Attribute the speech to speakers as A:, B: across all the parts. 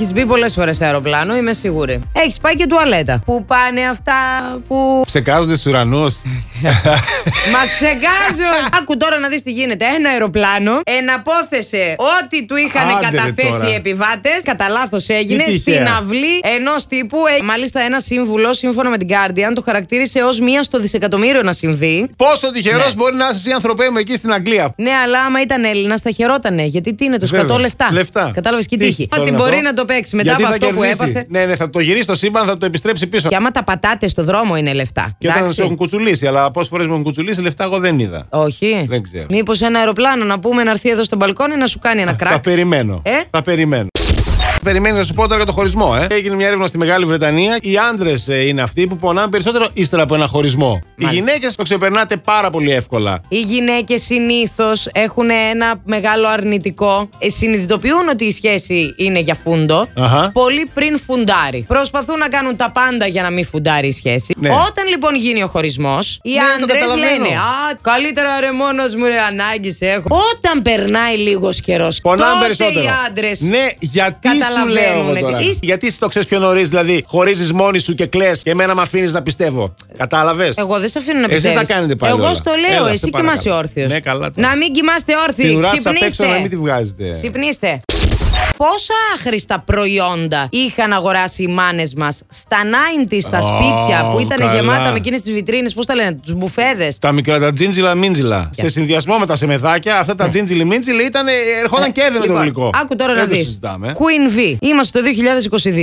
A: Έχεις μπει πολλές φορές σε αεροπλάνο, είμαι σίγουρη. Έχεις πάει και τουαλέτα. Πού πάνε αυτά που.
B: Ψεκάζονται στους ουρανούς.
A: Μας ψεγάζουν! Άκου τώρα να δεις τι γίνεται. Ένα αεροπλάνο εναπόθεσε ότι του είχαν
B: Άντε ρε
A: καταθέσει
B: τώρα.
A: οι επιβάτες. Κατά λάθος έγινε
B: Τι τυχαία.
A: στην αυλή ενός τύπου. Ε, Μάλιστα, ένα σύμβουλο, σύμφωνα με την Guardian, το χαρακτήρισε ως μία στο δισεκατομμύριο να συμβεί.
B: Πόσο τυχερός μπορεί να είσαι εσύ ανθρωπέ μου εκεί στην Αγγλία.
A: Ναι, αλλά άμα ήταν Έλληνας, θα χαιρότανε. Γιατί τι είναι, το σκοτώ
B: Βέβαια.
A: λεφτά.
B: Λεφτά.
A: Κατάλαβες και
B: Τι
A: τύχη.
B: τώρα
A: Ότι
B: είναι
A: μπορεί
B: αυτό.
A: να το παίξεις μετά
B: Γιατί
A: από
B: θα
A: αυτό που
B: κερδίσει.
A: έπαθε.
B: Ναι, ναι, θα το γυρίσει το σύμπαν, θα το επιστρέψει πίσω.
A: Και άμα τα πατάτε στο δρόμο είναι λεφτά.
B: Και όταν
A: Εντάξει.
B: σε έχουν κουτσουλήσει, αλλά πόσες φορές με έχουν κουτσουλήσει, λεφτά εγώ δεν είδα.
A: Όχι.
B: Δεν ξέρω.
A: Μήπως ένα αεροπλάνο να πούμε να έρθει εδώ στο μπαλκόνι να σου κάνει ένα
B: Θα
A: κράκ.
B: περιμένω.
A: Ε?
B: Θα περιμένω. Περιμένεις να σου πω τώρα για το χωρισμό. Ε. Έγινε μια έρευνα στη Μεγάλη Βρετανία. Οι άντρες είναι αυτοί που πονάνε περισσότερο ύστερα από ένα χωρισμό. Οι γυναίκες το ξεπερνάτε πάρα πολύ εύκολα.
A: Οι γυναίκες συνήθως έχουν ένα μεγάλο αρνητικό. Ε, συνειδητοποιούν ότι η σχέση είναι για φούντο.
B: Αχα.
A: Πολύ πριν φουντάρει. Προσπαθούν να κάνουν τα πάντα για να μην φουντάρει η σχέση.
B: Ναι.
A: Όταν λοιπόν γίνει ο χωρισμός, οι
B: Ναι, το
A: άντρες
B: καταλαβαίνω.
A: λένε Α, καλύτερα ρε μόνος μου, ρε ανάγκης σε έχω. Όταν περνάει λίγος καιρός,
B: Πονάνε
A: τότε
B: περισσότερο.
A: οι άντρες.
B: Ναι, γιατί σου λέω εγώ
A: καταλαβαίνουν
B: τώρα.
A: τι- Είστε-
B: Γιατί εσύ το ξέρεις πιο νωρίς, δηλαδή χωρίζεις μόνη σου και κλε και εμένα με αφήνεις να πιστεύω. Κατάλαβες.
A: Εγώ δεν σε αφήνω να πιστεύει.
B: Εσείς τα κάνετε πάλι
A: Εγώ
B: όλα.
A: στο λέω,
B: Έλα, σε
A: εσύ
B: παρακαλώ.
A: κοιμάσαι όρθιος.
B: Ναι, καλά τώρα.
A: Να μην κοιμάστε όρθιοι.
B: Την ουρά σας απ' έξω
A: Ξυπνήστε.
B: να μην τη βγάζετε.
A: Ξυπνήστε. Πόσα άχρηστα προϊόντα είχαν αγοράσει οι μάνες μας στα 90 στα
B: Ω,
A: σπίτια που ήταν
B: καλά.
A: γεμάτα με εκείνες τις βιτρίνες, πώς τα λένε, τους μπουφέδες.
B: Τα μικρά, τα τζίντζιλα μίντζιλα.
A: Ποια?
B: Σε συνδυασμό με τα σεμεδάκια, αυτά τα τζίντζιλι μίντζιλι ήταν, ε, ερχόταν και έδαινε το γλυκό.
A: Ναι. Λοιπόν, Άκου τώρα
B: Δεν
A: να
B: το
A: δεις.
B: συζητάμε.
A: Queen V. Είμαστε το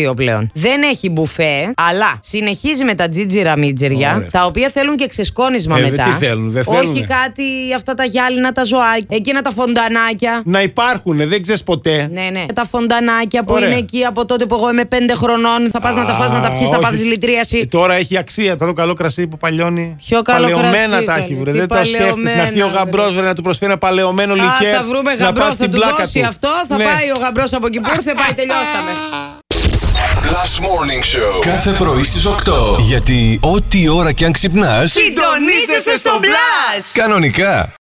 A: 2022 πλέον. Δεν έχει μπουφέ, αλλά συνεχίζει με τα τζίτζιρα μίτζερια,
B: Ωραία.
A: τα οποία θέλουν και ξεσκόνισμα
B: Ε, δε,
A: μετά.
B: τι θέλουν, δεν
A: Όχι
B: θέλουνε.
A: κάτι αυτά τα γυάλινα, τα ζωάκια, εκείνα τα φοντανάκια.
B: Να υπάρχουν, δεν ξέρεις ποτέ.
A: Ναι, ναι. Τα φοντανάκια που
B: Ωραία.
A: είναι εκεί από τότε που εγώ είμαι πέντε χρονών. Θα πας να τα φας, να τα πιεις,
B: πιει,
A: θα πάθει λυτρίαση.
B: Ε, τώρα έχει αξία αυτό το καλό κρασί που παλιώνει.
A: Ποιο καλό
B: παλαιωμένα
A: κρασί,
B: τα
A: καλέ.
B: έχει βρε.
A: Τι
B: Δεν τα σκέφτεσαι. Να έρθει ο
A: παλαιωμένα,
B: γαμπρός
A: βρε.
B: να του προσφέρει ένα παλαιωμένο
A: Α,
B: λικέρ.
A: θα βρούμε
B: να
A: γαμπρό,
B: πάει
A: θα
B: στην
A: του
B: πλάκα
A: δώσει
B: του.
A: αυτό, θα
B: Ναι.
A: πάει ο γαμπρός από εκεί που ήρθε, πάει, τελειώσαμε.
C: Last Morning Show.
D: Κάθε πρωί στις 8. Γιατί ό,τι ώρα κι αν ξυπνάς,
A: Συντονίζεσαι στο μπλα!
D: κανονικά.